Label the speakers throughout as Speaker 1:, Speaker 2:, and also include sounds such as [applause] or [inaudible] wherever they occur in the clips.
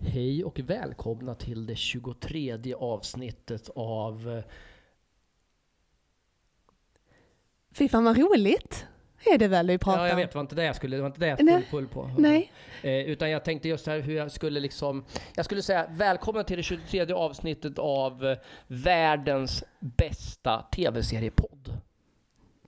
Speaker 1: Hej och välkomna till det 23 avsnittet av eh,
Speaker 2: Fy fan vad roligt är det väl vi pratar
Speaker 1: Ja, jag
Speaker 2: om?
Speaker 1: vet, det var inte det jag skulle, det var inte det jag
Speaker 2: Nej.
Speaker 1: full, full på.
Speaker 2: Nej,
Speaker 1: Eh, utan jag tänkte just här hur jag skulle liksom, jag skulle säga välkomna till det 23 avsnittet av eh, världens bästa tv-seriepodd.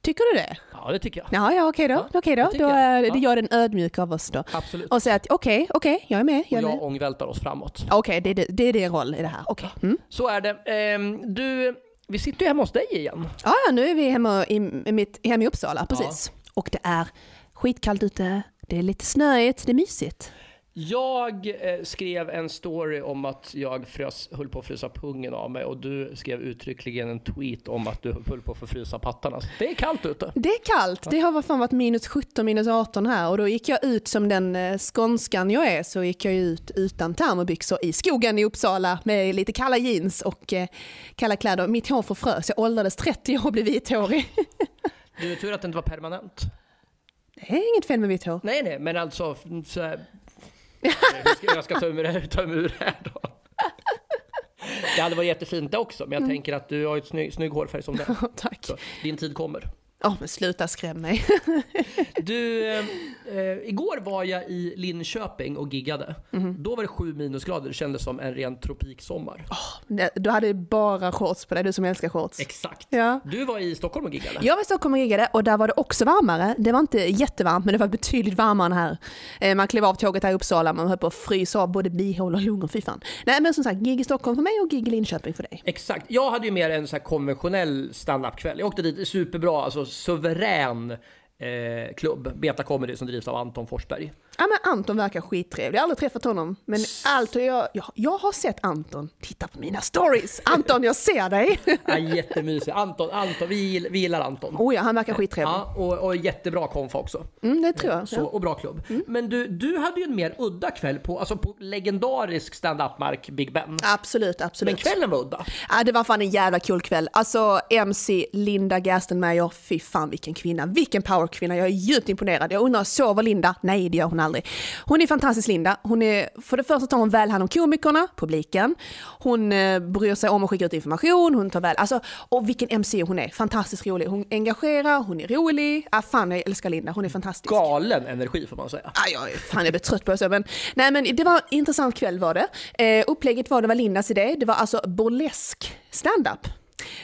Speaker 2: tycker du det?
Speaker 1: Ja, det tycker jag.
Speaker 2: Jaha, ja okej då.
Speaker 1: Ja,
Speaker 2: okej då.
Speaker 1: det tycker
Speaker 2: då
Speaker 1: jag.
Speaker 2: är, det
Speaker 1: Ja.
Speaker 2: gör den ödmjuk av oss då.
Speaker 1: Absolut. Och
Speaker 2: Och säga att okej, okej, jag är med, jag är
Speaker 1: jag
Speaker 2: med.
Speaker 1: ångvältar oss framåt.
Speaker 2: Okej, det, är det, det är din roll i det här. Okej. Mm.
Speaker 1: Så är det. Ehm, du, vi sitter ju hemma hos dig igen.
Speaker 2: Ja, ja, nu är vi hemma i, i mitt hem i Uppsala, precis. Och det är skitkallt ute, det är lite snöigt, det är mysigt.
Speaker 1: Jag eh, skrev en story om att jag frös, höll på att frysa pungen av mig och du skrev uttryckligen en tweet om att du höll på att förfrysa pattarna. Så Det är kallt ute.
Speaker 2: Det är kallt, det har vad fan varit minus 17, minus 18 här och då gick jag ut som den eh, skånskan jag är så gick jag ju ut utan termobyxor i skogen i Uppsala med lite kalla jeans och eh, kalla kläder. Mitt hår förfrös, jag åldrades 30 år och blev vithårig. [laughs]
Speaker 1: Det är tur att det inte var permanent.
Speaker 2: Det är inget fel med mitt hår. [laughs]
Speaker 1: Nej, nej, men alltså... f- Så här, jag ska, jag ska ta ur det här, ta ur det här då. Det hade varit jättefint det också, men jag tänker att du har ju ett snygg, snygg hårfärg som den.
Speaker 2: Tack.
Speaker 1: Så, din tid kommer.
Speaker 2: Åh men sluta skräm mig. [laughs]
Speaker 1: Du, eh, eh, igår var jag i Linköping och giggade. Då var det sju minusgrader, det kändes som en ren tropiksommar.
Speaker 2: Det- Du hade ju bara shorts på dig, du som älskar shorts.
Speaker 1: Exakt.
Speaker 2: Ja.
Speaker 1: Du var i Stockholm och giggade.
Speaker 2: Jag var i Stockholm och giggade och där var det också varmare. Det var inte jättevarmt men det var betydligt varmare än här. Eh, Man klev av tåget här i Uppsala, man höll på att frysa av både bihålor och lungor, fy fan. Nej men som sagt, gig i Stockholm för mig och gig i Linköping för dig.
Speaker 1: Exakt. Jag hade ju mer en så här konventionell standupkväll. Jag åkte dit superbra, alltså suverän eh, klubb. Beta Comedy som drivs av Anton Forsberg.
Speaker 2: Ja men Anton verkar skittrevlig, jag har aldrig träffat honom. Men allt och jag, jag, jag har sett Anton, titta på mina stories! Anton jag ser dig! [laughs]
Speaker 1: Ja, jättemysig. Anton, Anton, vi, gill- vi gillar Anton.
Speaker 2: Oh ja, han verkar skittrevlig.
Speaker 1: Ja, och, och jättebra konfa också.
Speaker 2: Mm, det tror jag.
Speaker 1: Så, och bra klubb. Men du, du hade ju en mer udda kväll på, alltså på legendarisk standup-mark Big Ben.
Speaker 2: Absolut, absolut.
Speaker 1: Men kvällen var udda.
Speaker 2: Ja, Äh, det var fan en jävla kul kväll. Alltså MC Linda Gerstenmeier, fy fan vilken kvinna, vilken powerkvinna. Jag är djupt imponerad. Jag undrar, sover Linda? Nej, det gör hon aldrig. Hon är fantastisk Linda. Hon är, för det första tar hon väl hand om komikerna, publiken. Hon eh, bryr sig om att skicka ut information, hon tar väl, alltså, och vilken MC hon är. Fantastiskt rolig. Hon engagerar, hon är rolig. Ah, fan, jag älskar Linda, hon är fantastisk.
Speaker 1: Galen energi får man säga.
Speaker 2: Ah, jag, är- fan, jag blir trött på det. så, Men, nej, men det var en intressant kväll var det. Eh, upplägget var, det var Lindas idé, det var alltså burlesk standup.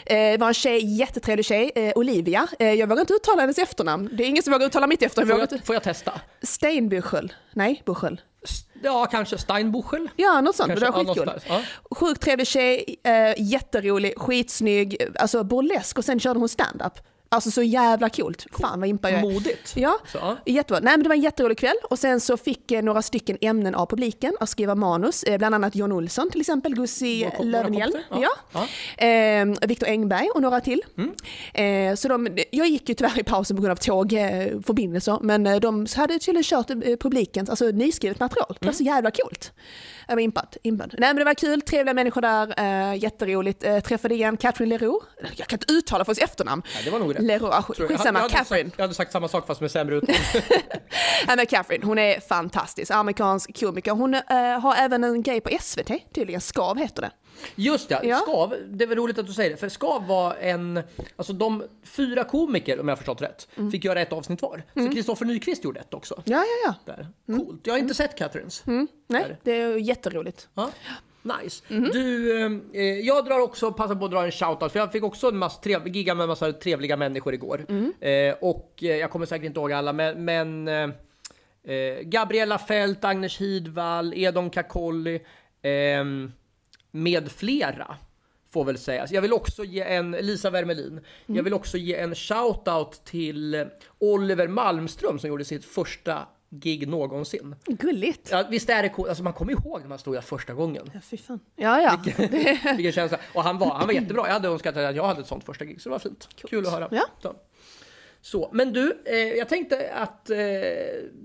Speaker 2: Eh, det var en tjej, jättetrevlig tjej, eh, Olivia. Eh, jag vågar inte uttala hennes efternamn. Det är ingen som vågar uttala mitt efternamn. Jag
Speaker 1: Får
Speaker 2: vågar
Speaker 1: jag,
Speaker 2: inte-
Speaker 1: får jag testa?
Speaker 2: Steinbuchel? Nej, Buchel.
Speaker 1: S- Ja, kanske Steinbuchel?
Speaker 2: Ja, något sånt.
Speaker 1: Kanske,
Speaker 2: men det
Speaker 1: ja,
Speaker 2: var skitkul.
Speaker 1: någonstans. Ja.
Speaker 2: Sjukt trevlig tjej, eh, jätterolig, skitsnygg, alltså burlesk och sen körde hon standup. Alltså så jävla coolt. Fan vad impad jag är.
Speaker 1: Modigt.
Speaker 2: Ja,
Speaker 1: Så, ja.
Speaker 2: jättebra. Nej, men det var en jätterolig kväll och sen så fick eh, några stycken ämnen av publiken att skriva manus, eh, bland annat John Olsson till exempel, Gussi
Speaker 1: Vår kom- våra
Speaker 2: Löwenhjelm,
Speaker 1: kompisar,
Speaker 2: ja.
Speaker 1: ja.
Speaker 2: Eh, Viktor Engberg och några till.
Speaker 1: Mm.
Speaker 2: Eh, så de, jag gick ju tyvärr i pausen på grund av tågförbindelser, men eh, de hade tydligen kört eh, publikens, alltså nyskrivet material.
Speaker 1: Mm.
Speaker 2: Det var så jävla coolt. Jag var impad. impad. Nej men det var kul, trevliga människor där, eh, jätteroligt. Eh, träffade igen Catherine Leroux. Jag kan inte uttala folks efternamn.
Speaker 1: Ja, det var nog rätt.
Speaker 2: Leroux, ah,
Speaker 1: Tror jag.
Speaker 2: skitsamma,
Speaker 1: jag, jag, hade
Speaker 2: Catherine.
Speaker 1: sagt, jag hade sagt samma sak fast med sämre
Speaker 2: [laughs]
Speaker 1: ut.
Speaker 2: Ja, men Catherine, hon är fantastisk. Amerikansk komiker. Hon eh, har även en grej på SVT, tydligen. Skav heter det.
Speaker 1: Just det,
Speaker 2: Ja.
Speaker 1: Skav. Det var roligt att du säger det. För Skav var en... Alltså de fyra komiker, om jag har förstått rätt,
Speaker 2: Mm.
Speaker 1: fick göra ett avsnitt var. Så Kristoffer Nyqvist gjorde ett också.
Speaker 2: Ja, ja, ja.
Speaker 1: Där.
Speaker 2: Mm.
Speaker 1: Coolt. Jag har inte sett Catherines.
Speaker 2: Nej, det är jätteroligt.
Speaker 1: Ja. Nice. Du, eh, jag drar också, passar på att dra en shoutout för jag fick också en massa trev, giga med en massa trevliga människor igår. Eh, och eh, jag kommer säkert inte ihåg alla men, men eh, eh, Gabriella Fält, Agnes Hidvall, Edon Kakolli ehm, med flera. Får väl sägas. Jag vill också ge en, Lisa Wermelin, jag vill också ge en shoutout till eh, Oliver Malmström som gjorde sitt första gig någonsin.
Speaker 2: Gulligt. Ja,
Speaker 1: Ja, visst är det coolt? Alltså man kommer ihåg när man stod där första gången.
Speaker 2: fy fan. Ja, ja. [laughs]
Speaker 1: Vilken
Speaker 2: [clears throat]
Speaker 1: känsla. Och han var, han var jättebra. Jag hade önskat att jag hade ett sånt första gig, så det var fint. Kul att höra.
Speaker 2: Ja.
Speaker 1: Så. Så, men du, eh, jag tänkte att eh,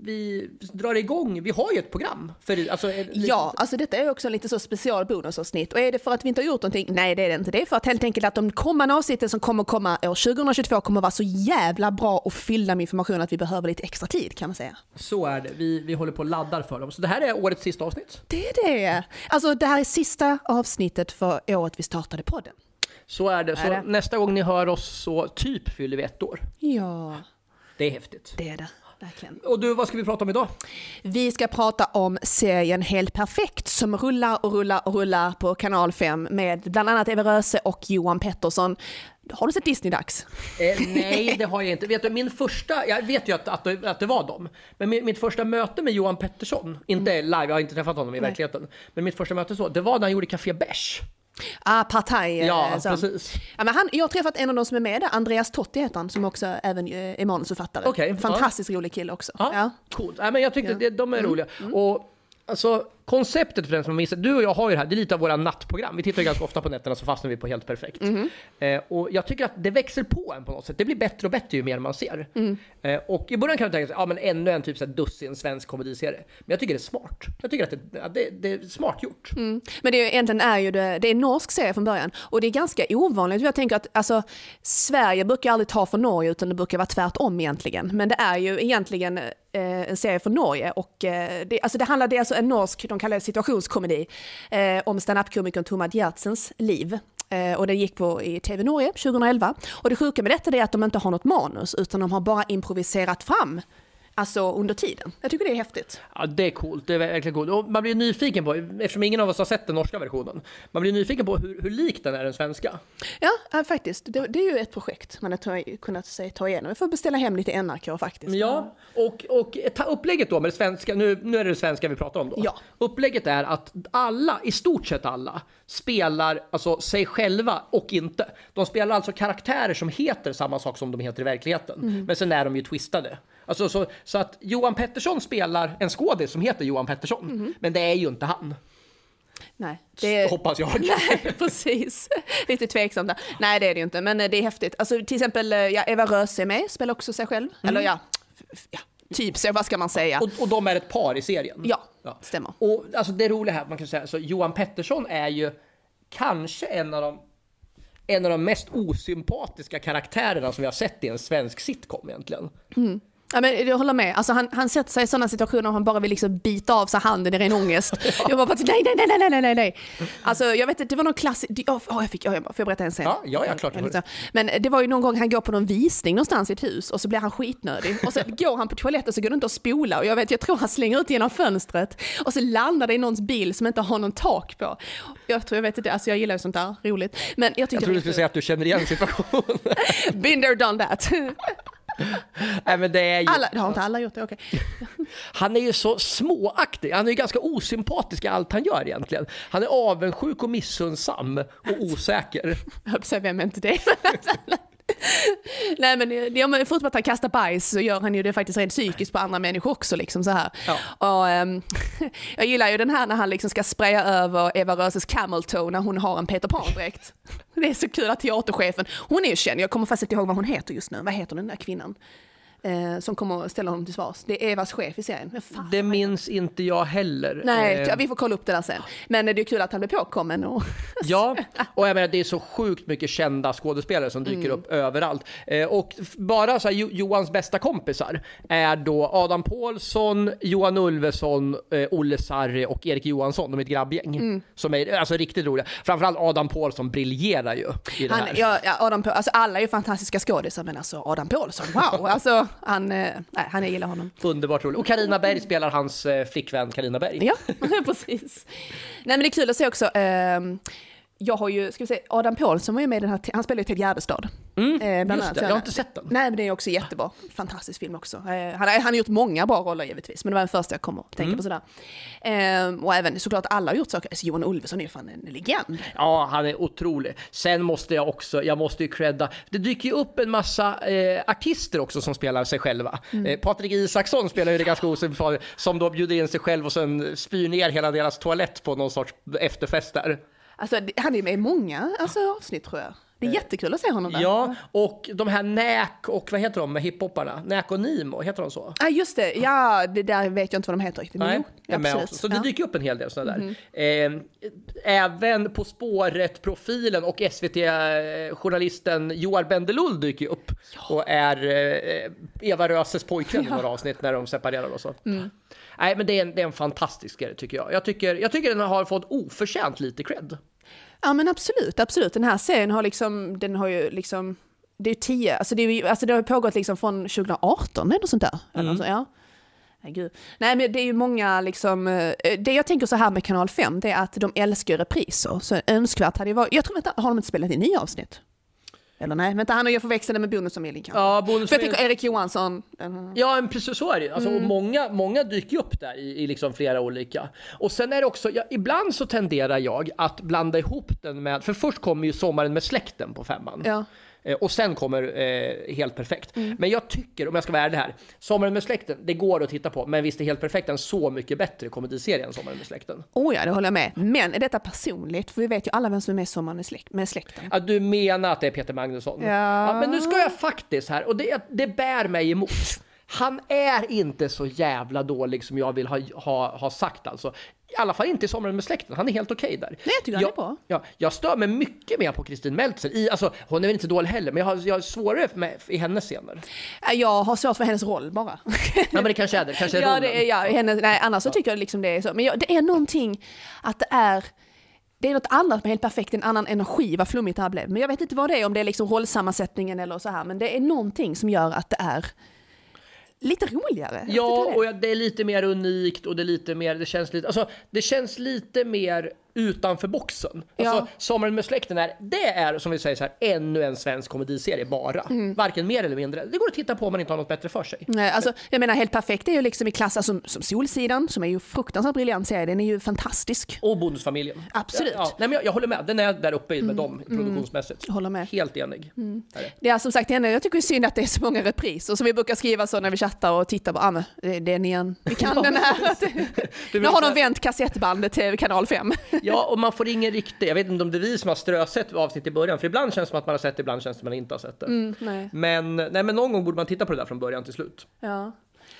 Speaker 1: vi drar igång. Vi har ju ett program. För, alltså, ett litet-
Speaker 2: Ja, alltså detta är också lite så special bonusavsnitt. Och är det för att vi inte har gjort någonting? Nej, det är det inte. Det är för att helt enkelt att de kommande avsnitten som kommer komma år 2022 kommer vara så jävla bra och fyllda med information att vi behöver lite extra tid kan man säga.
Speaker 1: Så är det. Vi, vi håller på och laddar för dem. Så det här är årets sista avsnitt.
Speaker 2: Det är det. Alltså det här är sista avsnittet för året vi startade podden.
Speaker 1: Så är det. Så
Speaker 2: Är det?
Speaker 1: nästa gång ni hör oss så typ fyller vi ett år.
Speaker 2: Ja,
Speaker 1: Det är häftigt.
Speaker 2: det är det. Verkligen.
Speaker 1: Och du, vad ska vi prata om idag?
Speaker 2: Vi ska prata om serien Helt Perfekt som rullar och rullar och rullar på kanal 5 med bland annat Eva Röse och Johan Pettersson. Har du sett Disney-dags?
Speaker 1: Eh, nej, det har jag inte. Vet du, min första, jag vet ju att, att, det- att det var dem. Men min, mitt första möte med Johan Pettersson, inte live, jag har inte träffat honom i verkligheten. Men mitt första möte så, det var när han gjorde Café Bärs.
Speaker 2: Ah, Partaj. eh,
Speaker 1: Ja,
Speaker 2: så.
Speaker 1: precis.
Speaker 2: Ja, men han, jag har träffat en av de som är med där, Andreas Totti heter han, som också även eh, är manusförfattare.
Speaker 1: Okej,
Speaker 2: Fantastiskt rolig kille också.
Speaker 1: Ja,
Speaker 2: Ja.
Speaker 1: coolt. Nej, men jag tyckte det, de är roliga. Och alltså, konceptet för den som har missat, du och jag har ju det här, det är lite av våra nattprogram. Vi tittar ju ganska ofta på nätterna så fastnar vi på Helt Perfekt. Eh, och jag tycker att det växer på en på något sätt. Det blir bättre och bättre ju mer man ser. Eh, och i början kan man tänka sig, ja men ännu en typ så här dussin svensk komediserie. Men jag tycker det är smart. Jag tycker att det, att det, det är smart gjort.
Speaker 2: Men det är ju, egentligen är ju det, det är en norsk serie från början och det är ganska ovanligt. Jag tänker att alltså, Sverige brukar aldrig ta från Norge utan det brukar vara tvärtom egentligen. Men det är ju egentligen eh, en serie från Norge och eh, det, alltså, det handlar, det är alltså en norsk, de kallar det situationskomedi, eh, om standup-komikern Tomas Giertsens liv. Eh, och det gick på i TV Norge 2011. Och det sjuka med detta är att de inte har något manus utan de har bara improviserat fram, alltså under tiden. Jag tycker det är häftigt.
Speaker 1: Ja, det är coolt. Det är verkligen coolt. Och man blir ju nyfiken på, eftersom ingen av oss har sett den norska versionen, man blir nyfiken på hur, hur lik den är den svenska.
Speaker 2: Ja, ja, faktiskt. Det, det är ju ett projekt man har ta- kunnat säga, ta igenom. Jag får beställa hem lite NRK faktiskt.
Speaker 1: Ja, och, och ta upplägget då med det svenska, nu, nu är det det svenska vi pratar om då.
Speaker 2: Ja.
Speaker 1: Upplägget är att alla, i stort sett alla, spelar alltså sig själva och inte. De spelar alltså karaktärer som heter samma sak som de heter i verkligheten.
Speaker 2: Mm.
Speaker 1: Men sen är de ju twistade. Alltså, så, så att Johan Pettersson spelar en skådis som heter Johan Pettersson. Men det är ju inte han,
Speaker 2: Nej, Mm. det är...
Speaker 1: hoppas jag.
Speaker 2: [laughs] Nej, precis. Lite tveksamt där. Nej, det är det ju inte. Men eh, det är häftigt. Alltså, till exempel eh, ja, Eva Röse är med, spelar också sig själv. Eller ja, f- ja, typ så. Vad ska man säga?
Speaker 1: Och, och de är ett par i serien.
Speaker 2: Ja, stämmer.
Speaker 1: Och alltså det roliga här, man kan säga så Johan Pettersson är ju kanske en av de en av de mest osympatiska karaktärerna som vi har sett i en svensk sitcom egentligen.
Speaker 2: Ja, men jag håller med. Alltså, han, han sätter sig i sådana situationer och han bara vill liksom bita av sig handen i ren
Speaker 1: [laughs]
Speaker 2: ångest. Jag bara, bara, nej, nej, nej, nej, nej, nej, nej. Alltså, jag vet inte, det var någon klassisk... det- ja, åh, jag fick, oh, jag, får jag berätta en sen?
Speaker 1: Ja, ja, ja, klart.
Speaker 2: liksom. Men det var ju någon gång han går på någon visning någonstans i ett hus och så blir han skitnödig. Och så går han på toaletten så går det inte att spola och jag vet, jag tror han slänger ut genom fönstret. Och så landar det i någons bil som inte har någon tak på. Jag tror, jag vet inte, alltså jag gillar ju sånt där, roligt. Men jag
Speaker 1: Jag
Speaker 2: tycker...
Speaker 1: trodde du skulle säga att du känner igen situationen.
Speaker 2: Been there, done that.
Speaker 1: [laughs] Nej, men det är ju,
Speaker 2: Alla, det har inte alla gjort det, okej.
Speaker 1: han är ju så småaktig. Han är ju ganska osympatisk i allt han gör egentligen. Han är avundsjuk och missundsam och osäker.
Speaker 2: Jag höll på att säga, vem är inte det? [laughs] Nej men, det- ja, men förutom att han kastar bajs så gör han ju det faktiskt rent psykiskt på andra människor också. Liksom, så här.
Speaker 1: Ja.
Speaker 2: Och, ehm, [laughs] jag gillar ju den här när han liksom ska spraya över Eva Röses camel toe när hon har en Peter Pan-dräkt. [laughs] Det är så kul att teaterchefen, hon är ju känd, jag kommer fast inte ihåg vad hon heter just nu. Vad heter den där kvinnan? Eh, som kommer och ställer honom till svars. Det är Evas chef i serien. Men fan.
Speaker 1: Det minns inte jag heller.
Speaker 2: Nej,
Speaker 1: Eh,
Speaker 2: ja, vi får kolla upp det där sen. Men det är ju kul att han blir påkommen. Och
Speaker 1: Ja, och jag menar det är så sjukt mycket kända skådespelare som
Speaker 2: Mm.
Speaker 1: dyker upp överallt. Eh, och f- bara så här, Jo- Johans bästa kompisar är då Adam Pålsson, Johan Ulveson, eh, Olle Sarri och Erik Johansson. De är ett grabbgäng
Speaker 2: Mm.
Speaker 1: som är alltså, riktigt roliga. Framförallt Adam Pålsson briljerar ju i det
Speaker 2: Han,
Speaker 1: här.
Speaker 2: ja, ja, Adam Paul, alltså alla är ju fantastiska skådisar men alltså Adam Paulsson,
Speaker 1: [laughs]
Speaker 2: wow! Alltså, han, eh, nej, han jag gillar honom.
Speaker 1: Underbart roligt. Och Karina Berg spelar hans eh, flickvän Karina Berg.
Speaker 2: [laughs] Ja, precis. Nej men det är kul att se också, ehm, jag har ju, ska vi se, Adam Paulsson var ju med i den här, han spelade ju Ted Gärdestad. Mm,
Speaker 1: just det. Jag har inte sett den.
Speaker 2: Nej men det är också jättebra, fantastisk film också. Eh, han, har- han har gjort många bra roller givetvis, men det var den första jag kom att tänka
Speaker 1: Mm.
Speaker 2: på sådär. Ehm, och även såklart alla har gjort saker, alltså, Johan Ulveson är ju fan en legend.
Speaker 1: Ja, han är otrolig. Sen måste jag också, jag måste ju credda, det dyker ju upp en massa eh, artister också som spelar sig själva. Eh, Patrik Isaksson spelar ju det ganska osympatiskt, som då bjuder in sig själv och sen spyr ner hela deras toalett på någon sorts efterfest där.
Speaker 2: Alltså det- han är med i många alltså, avsnitt tror jag. Det är jättekul att se honom där.
Speaker 1: Eh, Ja, och de här Näk och vad heter de med hiphopparna? Näk och Nimo, heter de så?
Speaker 2: Ah, just det, ja det där vet jag inte vad de heter riktigt. men jo,
Speaker 1: jag är med
Speaker 2: absolut.
Speaker 1: också. Så det
Speaker 2: ja. Mhm.
Speaker 1: dyker upp en hel del sådana där. Eh, även På spåret-profilen och SVT-journalisten Joar Bendelul dyker ju upp och är eh, Eva Röses pojkvän i några avsnitt när de separerar och så.
Speaker 2: Mm.
Speaker 1: Nej, men det är, en, det är en fantastisk grej tycker jag. Jag tycker, jag tycker den har fått oförtjänt lite cred.
Speaker 2: ja men absolut, absolut. Den här serien har liksom, den har ju liksom, det är ju tio, alltså det, är ju, alltså det har ju pågått liksom från 2018 eller något sånt där. Eller
Speaker 1: Mm.
Speaker 2: något så, ja. Nej, gud. Nej men det är ju många liksom, eh, det jag tänker så här med kanal 5 det är att de älskar ju repriser. Så önskvärt hade ju varit, jag tror inte, har de inte spelat in nio avsnitt? Eller nej, vänta han och jag förväxlade med Bonusfamiljen kanske.
Speaker 1: Ja,
Speaker 2: För jag tänker Erik Johansson, den-
Speaker 1: Ja, men precis så är det ju. alltså, och många, många dyker ju upp där i, i liksom flera olika. Och sen är det också, ja, ibland så tenderar jag att blanda ihop den med, för först kommer ju Sommaren med släkten på femman.
Speaker 2: Ja.
Speaker 1: Eh, Och sen kommer eh, Helt perfekt. Men jag tycker, om jag ska vara ärlig här, Sommaren med släkten, det går att titta på. Men visst är Helt perfekt en så mycket bättre komediserie än Sommaren med släkten?
Speaker 2: oh ja det håller jag med. Men är detta personligt? För vi vet ju alla vem som är med i Sommaren i släkt, med släkten.
Speaker 1: Ja, du menar att det är Peter Magnusson?
Speaker 2: Ja.
Speaker 1: men nu ska jag faktiskt här, och det, det bär mig emot. Han är inte så jävla dålig som jag vill ha, ha, ha sagt alltså. I alla fall inte i Sommaren med släkten, han är helt okej där.
Speaker 2: Nej, jag tycker han är bra.
Speaker 1: Ja, jag stör mig mycket mer på Kristin Meltzer. I, alltså, hon är väl inte dålig heller, men jag har, jag har svårare för mig, i hennes scener.
Speaker 2: Äh, Jag har svårt för hennes roll bara.
Speaker 1: [laughs] Ja, men det kanske är det. Kanske är
Speaker 2: ja,
Speaker 1: rollen.
Speaker 2: det är, ja, hennes, nej, annars så tycker jag liksom det är så. Men jag, det är någonting att det är, det är något annat med Helt Perfekt, en annan energi, vad flummigt det här blev. Men jag vet inte vad det är, om det är liksom rollsammansättningen eller så här. Men det är någonting som gör att det är lite roligare. Jag vet inte vad det
Speaker 1: Ja,
Speaker 2: är.
Speaker 1: och jag- det är lite mer unikt och det är lite mer, det känns lite, alltså det känns lite mer utanför boxen. Alltså,
Speaker 2: Ja.
Speaker 1: Sommaren med släkten är, det är som vi säger så här, ännu en svensk komediserie bara.
Speaker 2: Mm.
Speaker 1: Varken mer eller mindre. Det går att titta på om man inte har något bättre för sig.
Speaker 2: Nej, alltså, jag menar Helt Perfekt är ju liksom i klass som, som Solsidan, som är ju fruktansvärt briljant serie, den är ju fantastisk.
Speaker 1: Och Bonusfamiljen.
Speaker 2: Absolut. Mm.
Speaker 1: Ja, nej, men jag, jag håller med, den är där uppe i med dem produktionsmässigt.
Speaker 2: Håller med.
Speaker 1: Helt enig.
Speaker 2: Mm.
Speaker 1: Är det.
Speaker 2: Det är som sagt, det enda jag tycker är synd att det är så många repriser som vi brukar skriva så när vi chattar och tittar på, ah, men, det är den igen, vi kan den här.
Speaker 1: [laughs] Det
Speaker 2: Nu
Speaker 1: blir
Speaker 2: har
Speaker 1: så
Speaker 2: de
Speaker 1: här-
Speaker 2: vänt kassettbandet till kanal 5.
Speaker 1: Ja, och man får ingen riktig, jag vet inte om det är vi som har strösett avsnitt i början, för ibland känns det som att man har sett det, ibland känns det som att man inte har sett det.
Speaker 2: nej.
Speaker 1: Men, Mm, nej, men någon gång borde man titta på det där från början till slut.
Speaker 2: Ja.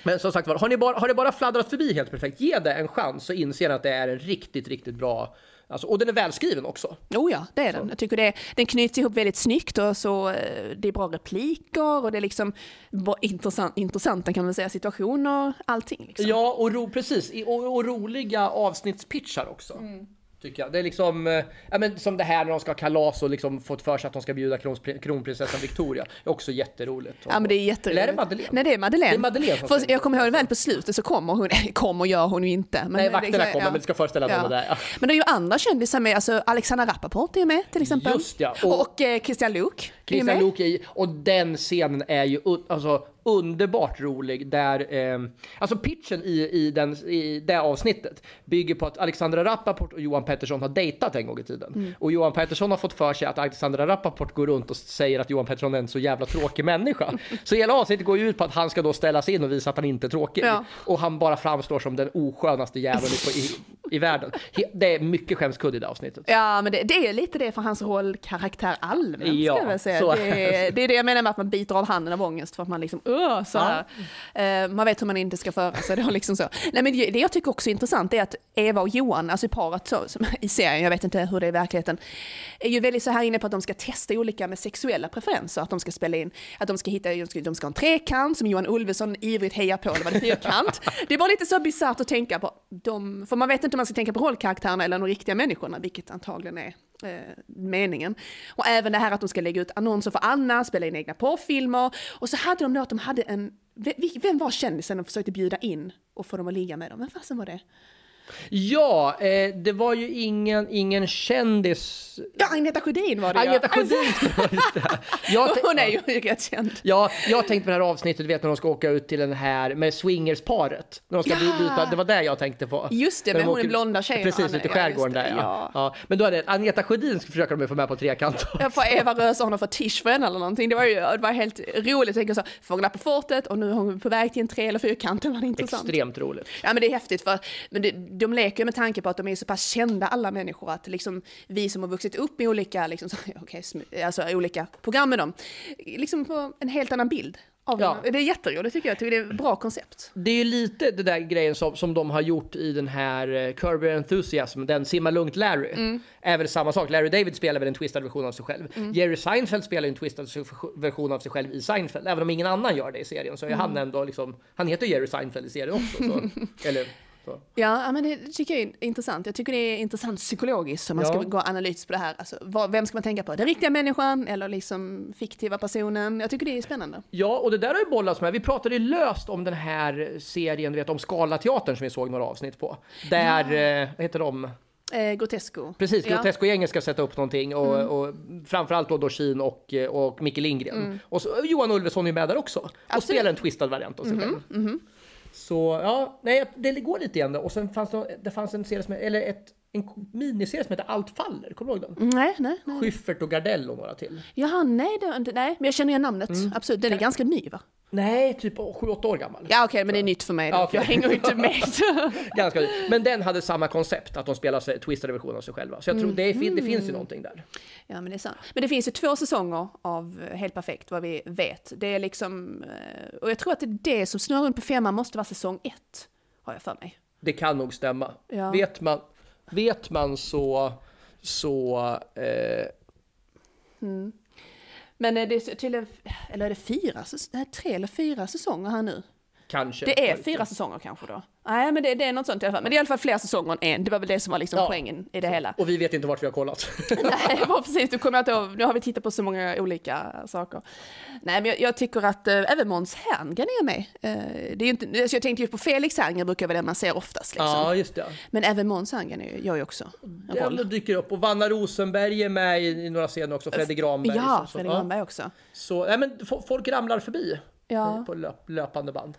Speaker 1: Men som sagt var, har, ni bara, har det bara fladdrat förbi helt perfekt, ge det en chans så inser ni att det är en riktigt, riktigt bra... Alltså, och den är välskriven också.
Speaker 2: Oh ja, det är den. Jag tycker det, den knyts ihop väldigt snyggt och så eh, det är bra repliker och det är liksom bra- intressant, intressanta kan man säga situationer, allting. Liksom.
Speaker 1: Ja, och, ro, precis, I- och, och roliga avsnittspitchar också.
Speaker 2: Mm.
Speaker 1: Tycker jag. Det är liksom, eh, ja, men som det här när de ska ha kalas och liksom fått för sig att de ska bjuda krons- kronprinsessan Victoria. Det är också jätteroligt.
Speaker 2: Ja men det är jätteroligt.
Speaker 1: Eller är det Madeleine?
Speaker 2: Nej det är Madeleine.
Speaker 1: Det är Madeleine som
Speaker 2: För
Speaker 1: säger
Speaker 2: jag kommer ihåg väl på slutet så kommer hon, [laughs] kommer gör hon ju inte. Men
Speaker 1: Nej,
Speaker 2: det-
Speaker 1: vakterna
Speaker 2: ja.
Speaker 1: kommer, men det ska föreställa någon av det där, ja.
Speaker 2: Men det är ju andra kändisar med, alltså Alexandra Rappaport är ju med till exempel.
Speaker 1: Just ja, och-
Speaker 2: Och, eh, Christian Luuk är ju
Speaker 1: Christian
Speaker 2: med.
Speaker 1: Luuk är i, och den scenen är ju un, alltså, underbart rolig där, eh, alltså pitchen i, i, den, i det avsnittet bygger på att Alexandra Rappaport och Johan Pettersson har dejtat en gång i tiden.
Speaker 2: Mm.
Speaker 1: Och Johan Pettersson har fått för sig att Alexandra Rappaport går runt och säger att Johan Pettersson är en så jävla tråkig människa.
Speaker 2: [laughs]
Speaker 1: Så hela avsnittet går ju ut på att han ska då ställas in och visa att han inte är tråkig.
Speaker 2: Ja.
Speaker 1: Och han bara framstår som den oskönaste jäveln i, i, i världen. He, det är mycket skämskudde i det avsnittet.
Speaker 2: Ja men det, det är lite det för hans roll, karaktär allmänt
Speaker 1: Ja,
Speaker 2: ska jag väl säga.
Speaker 1: så-
Speaker 2: Det, är- det är det jag menar med att man biter av handen av ångest för att man liksom öh, så här. Eh, Man vet hur man inte ska föra sig. Det, har liksom så. Nej, men det det jag tycker också är intressant är att Eva och Johan, alltså i paret så, som, i serien, jag vet inte hur det är i verkligheten, är ju väldigt så här inne på att de ska testa olika med sexuella preferenser, att de ska spela in, att de ska hitta, de ska, de ska ha en trekant som Johan Ulveson ivrigt hejar på, eller var det fyrkant? det är bara lite så bisarrt att tänka på, de, för man vet inte om man ska tänka på rollkaraktärerna eller de riktiga människorna, vilket antagligen är eh, meningen. Och även det här att de ska lägga ut annonser för Anna, spela in egna porrfilmer. Och så hade de då att de hade en, ve- vil- vem var kändisen de försökte bjuda in och få dem att ligga med dem? Vem fasen var det?
Speaker 1: Ja, eh, det var ju ingen, ingen kändis
Speaker 2: Ja, Agneta Sjödin var det
Speaker 1: Agneta [laughs]
Speaker 2: ja.
Speaker 1: Sjödin skulle vara just det här. jag,
Speaker 2: [laughs] Alltså,
Speaker 1: tän-
Speaker 2: Hon är ju rätt känd.
Speaker 1: ja, jag tänkte på det här avsnittet, vet när de ska åka ut till den här med swingersparet. När de ska
Speaker 2: Ja.
Speaker 1: byta, det var det jag tänkte på.
Speaker 2: Just det,
Speaker 1: När de
Speaker 2: med hon
Speaker 1: åker-
Speaker 2: den blonda tjejen och
Speaker 1: Precis,
Speaker 2: han-
Speaker 1: ute i
Speaker 2: ja,
Speaker 1: skärgården
Speaker 2: just det,
Speaker 1: där ja.
Speaker 2: ja.
Speaker 1: ja. Men då är det Agneta Sjödin ska försöka de få med på trekant.
Speaker 2: Jag får Eva Röse honom för tisch för henne eller någonting. Det var ju det var helt roligt. Jag tänker så, Fåglar på fortet och nu är hon på väg till en tre eller fyrkant. Det var intressant.
Speaker 1: Extremt roligt.
Speaker 2: Ja men det är häftigt för men det, de leker ju med tanke på att de är så pass kända alla människor att liksom vi som har vuxit upp i olika, liksom, [laughs] så- okej, sm- alltså, i olika program med dem, liksom får en helt annan bild. Av
Speaker 1: Ja.
Speaker 2: dem. Det är jätteroligt tycker jag, jag tycker det är ett bra koncept.
Speaker 1: Det är ju lite det där grejen som, som de har gjort i den här eh, Curb Your Enthusiasm, den Simma Lugnt Larry. Är väl samma sak, Larry David spelar väl en twistad version av sig själv. Jerry Seinfeld spelar ju en twistad se- version av sig själv i Seinfeld. Även om ingen annan gör det i serien så är han ändå liksom, han heter Jerry Seinfeld i serien också. Så, eller, så.
Speaker 2: Ja, ja, men det tycker jag är intressant. Jag tycker det är intressant psykologiskt om man
Speaker 1: Ja.
Speaker 2: ska gå analys på det här. Alltså, vad, vem ska man tänka på? Den riktiga människan eller liksom fiktiva personen? Jag tycker det är spännande.
Speaker 1: Ja, och det där har ju bollats med. Vi pratade ju löst om den här serien, du vet om Scalateatern som vi såg några avsnitt på. Där, eh, vad heter de?
Speaker 2: Eh, grotesco.
Speaker 1: Precis,
Speaker 2: Ja. Mm.
Speaker 1: Grotesco-gänget ska sätta upp någonting och, och framförallt då Dorsin och, och Micke Lindgren. Och så, Johan Ulveson är ju med där också och
Speaker 2: Mm. Absolut. Mm-hmm,
Speaker 1: spelar en twistad variant av sig själv. Så ja, nej, det går lite igen då. Och sen fanns det, det fanns en serie som, eller ett, en miniserie som heter Allt faller, kommer du ihåg den?
Speaker 2: Nej, nej, nej.
Speaker 1: Schyffert och Gardell och några till.
Speaker 2: Jaha, nej, det var inte, nej, men jag känner igen namnet. Absolut, den är ganska ny va?
Speaker 1: Nej, typ 7-8 år gammal.
Speaker 2: Ja okej, men det är nytt för mig.
Speaker 1: Ja, okej.
Speaker 2: Jag hänger ju [laughs] inte med.
Speaker 1: Ganska, men den hade samma koncept, att de spelar sig, twistade versioner av sig själva. Så jag tror det,
Speaker 2: Mm-hmm.
Speaker 1: fin- det finns ju någonting där.
Speaker 2: ja, men det är sant. Men det finns ju två säsonger av eh, Helt Perfekt, vad vi vet. Det är liksom, eh, och jag tror att det är det som snurrar runt på femman måste vara säsong ett, har jag för mig.
Speaker 1: Det kan nog stämma.
Speaker 2: Ja.
Speaker 1: Vet, man, vet man så... så eh,
Speaker 2: Men eh, det är tydligen, eller är det fyra, säs- nej, tre eller fyra säsonger här nu?
Speaker 1: kanske.
Speaker 2: Det är fyra säsonger kanske då? Nej, men det, det är något sånt i alla fall. Men det är i alla fall fler säsonger än en. Det var väl det som var liksom
Speaker 1: Ja.
Speaker 2: poängen i det hela.
Speaker 1: Och vi vet inte vart vi har
Speaker 2: [laughs]
Speaker 1: kollat.
Speaker 2: Nej, det var precis. Du kommer jag inte ihåg. Nu har vi tittat på så många olika saker. Nej, men jag, jag tycker att eh, även Måns Herngren är med. Eh, det är ju inte, alltså jag tänkte ju på Felix Herngren, brukar vara den man ser oftast. Liksom.
Speaker 1: ja, just det.
Speaker 2: Men även Måns Herngren är ju- gör ju också en
Speaker 1: Det ändå
Speaker 2: roll.
Speaker 1: dyker upp. Och Vanna Rosenberg är med i, i några scener också. Fredde Granberg. liksom,
Speaker 2: Ja,
Speaker 1: så,
Speaker 2: Fredrik
Speaker 1: så,
Speaker 2: Granberg också.
Speaker 1: Ja. Så, nej, men fo- folk ramlar förbi
Speaker 2: Ja.
Speaker 1: eh, på löp, löpande band.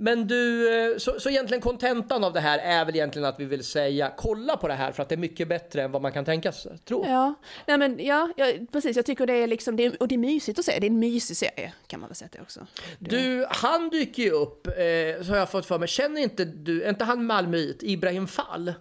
Speaker 1: Men du, eh, så, så egentligen kontentan av det här är väl egentligen att vi vill säga kolla på det här för att det är mycket bättre än vad man kan tänka sig. Tro.
Speaker 2: Ja, nej men ja, jag, precis. Jag tycker det är liksom, det är, och det är mysigt att se. Det är en mysig serie kan man väl säga att det är också.
Speaker 1: Du, han dyker ju upp, eh, så har jag fått för mig. Känner inte du, är inte han Malmöit, Ibrahim Fall?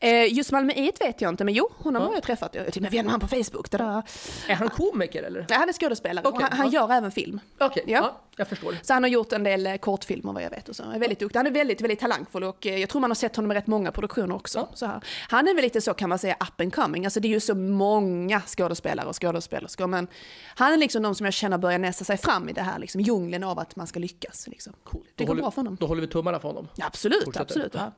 Speaker 2: Eh, just Malmöit vet jag inte, men jo, honom har jag träffat. Jag tycker, men vi är med honom på Facebook. Tada.
Speaker 1: Är han komiker eller?
Speaker 2: Nej, Han är skådespelare och
Speaker 1: Okej,
Speaker 2: han, han gör även film.
Speaker 1: Okej, ja.
Speaker 2: Ja.
Speaker 1: jag förstår.
Speaker 2: Så han har gjort en del eh, kortfilmer vad jag vet och så. Han är väldigt duktig. Han är väldigt, väldigt talangfull och eh, jag tror man har sett honom i rätt många produktioner också. Så här. Han är väl lite så kan man säga up and coming. Alltså det är ju så många skådespelare och skådespelerskor men han är liksom de som jag känner börjar nästa sig fram i det här liksom, djungeln av att man ska lyckas. Liksom. Det
Speaker 1: Då
Speaker 2: går
Speaker 1: håller-
Speaker 2: bra för honom.
Speaker 1: Då håller vi tummarna för honom.
Speaker 2: Ja, absolut,
Speaker 1: Fortsätter.
Speaker 2: absolut. Ja.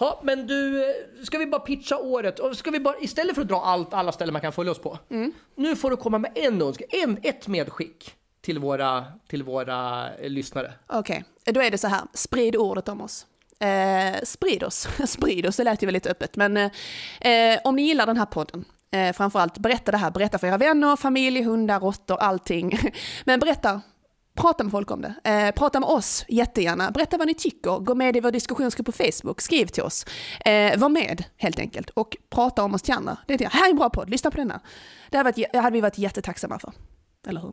Speaker 1: Ja, men du, eh, ska vi bara pitcha året? Och Ska vi bara, istället för att dra allt, alla ställen man kan följa oss på.
Speaker 2: Mm.
Speaker 1: Nu får du komma med en önskan, en, ett medskick till våra, till våra eh, lyssnare.
Speaker 2: Okej, då är det så här. Sprid ordet om oss. Eh, sprid oss. [laughs] sprid oss, det lät ju väldigt öppet. Men eh, eh, om ni gillar den här podden, eh, framförallt berätta det här. Berätta för era vänner, familj, hundar, råttor, allting. [laughs] Men berätta. Prata med folk om det. Eh, prata med oss jättegärna. Berätta vad ni tycker. Gå med i vår diskussionsgrupp på Facebook. Skriv till oss. Eh, var med helt enkelt och prata om oss till andra. Det är, här är en bra podd, lyssna på denna. Det hade, varit, det hade vi varit jättetacksamma för. Eller hur?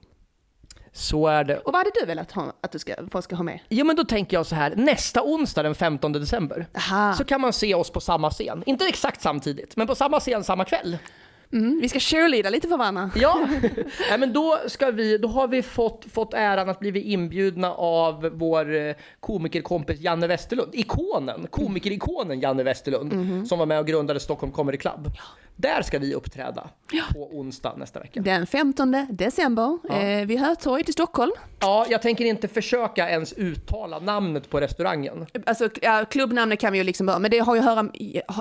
Speaker 1: Så är det.
Speaker 2: Och vad hade du velat ha, att du ska, folk ska ha med?
Speaker 1: Jo men då tänker jag så här, nästa onsdag den 15 december
Speaker 2: Aha.
Speaker 1: så kan man se oss på samma scen. Inte exakt samtidigt, men på samma scen samma kväll.
Speaker 2: Mm, vi ska cheerleada lite för varandra.
Speaker 1: Ja, [laughs] Nej, men då, ska vi, då har vi fått, fått äran att bli inbjudna av vår eh, komikerkompis Janne Westerlund. Ikonen, komikerikonen Janne Westerlund som var med och grundade Stockholm Comedy Club. Där ska vi uppträda på onsdag nästa vecka.
Speaker 2: Den 15 december, eh, vid Hötorget i Stockholm.
Speaker 1: Ja, jag tänker inte försöka ens uttala namnet på restaurangen.
Speaker 2: Alltså, ja, klubbnamnet kan vi ju liksom börja, men det har ju att höra,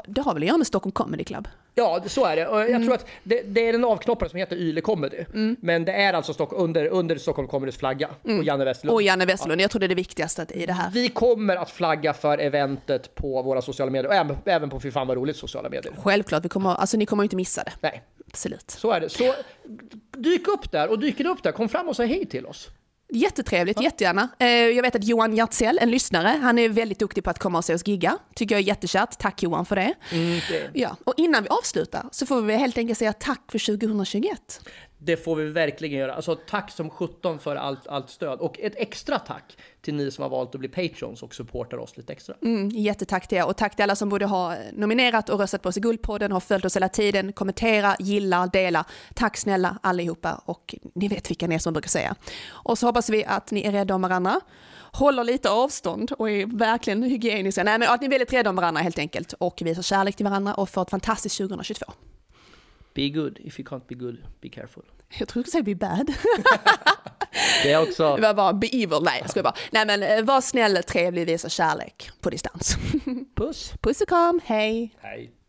Speaker 2: det har väl att göra med Stockholm Comedy Club?
Speaker 1: Ja, så är det. Och jag tror att det, det är en avknoppare som heter Yle Comedy. Men det är alltså Stock, under, under Stockholm Comedys flagga och Janne Westerlund.
Speaker 2: Och Janne Westerlund, jag tror det är det viktigaste i det här.
Speaker 1: Vi kommer att flagga för eventet på våra sociala medier och även- även på Fy fan vad roligt sociala medier.
Speaker 2: Självklart, vi kommer, alltså ni kommer ju inte missa det.
Speaker 1: Nej,
Speaker 2: Absolut.
Speaker 1: så är det. Så dyk upp där och dyker du upp där, kom fram och säg hej till oss.
Speaker 2: Jättetrevligt, jättegärna. Eh, jag vet att Johan Hjertzell, en lyssnare, han är väldigt duktig på att komma och se oss gigga. Tycker jag är jättekärt, tack Johan för det. Ja, och innan vi avslutar så får vi helt enkelt säga tack för 2021.
Speaker 1: Det får vi verkligen göra. Alltså tack som 17 för allt, allt stöd. Och ett extra tack till ni som har valt att bli patrons och supportar oss lite extra.
Speaker 2: Mm, jättetack till er och tack till alla som både har nominerat och röstat på oss i Guldpodden, har följt oss hela tiden, kommentera, gilla, dela. Tack snälla allihopa och ni vet vilka ni är som brukar säga. Och så hoppas vi att ni är rädda om varandra, håller lite avstånd och är verkligen hygieniska. Nej, men att ni är väldigt rädda om varandra helt enkelt och visar kärlek till varandra och får ett fantastiskt 2022.
Speaker 1: Be good, if you can't be good, be careful.
Speaker 2: Jag tror du skulle säga be bad.
Speaker 1: Det är också...
Speaker 2: Det var bara be evil, nej jag skojar bara. Nej men eh, var snäll, trevlig, visa kärlek på distans.
Speaker 1: Puss!
Speaker 2: Puss och kram, hej!
Speaker 1: Hej!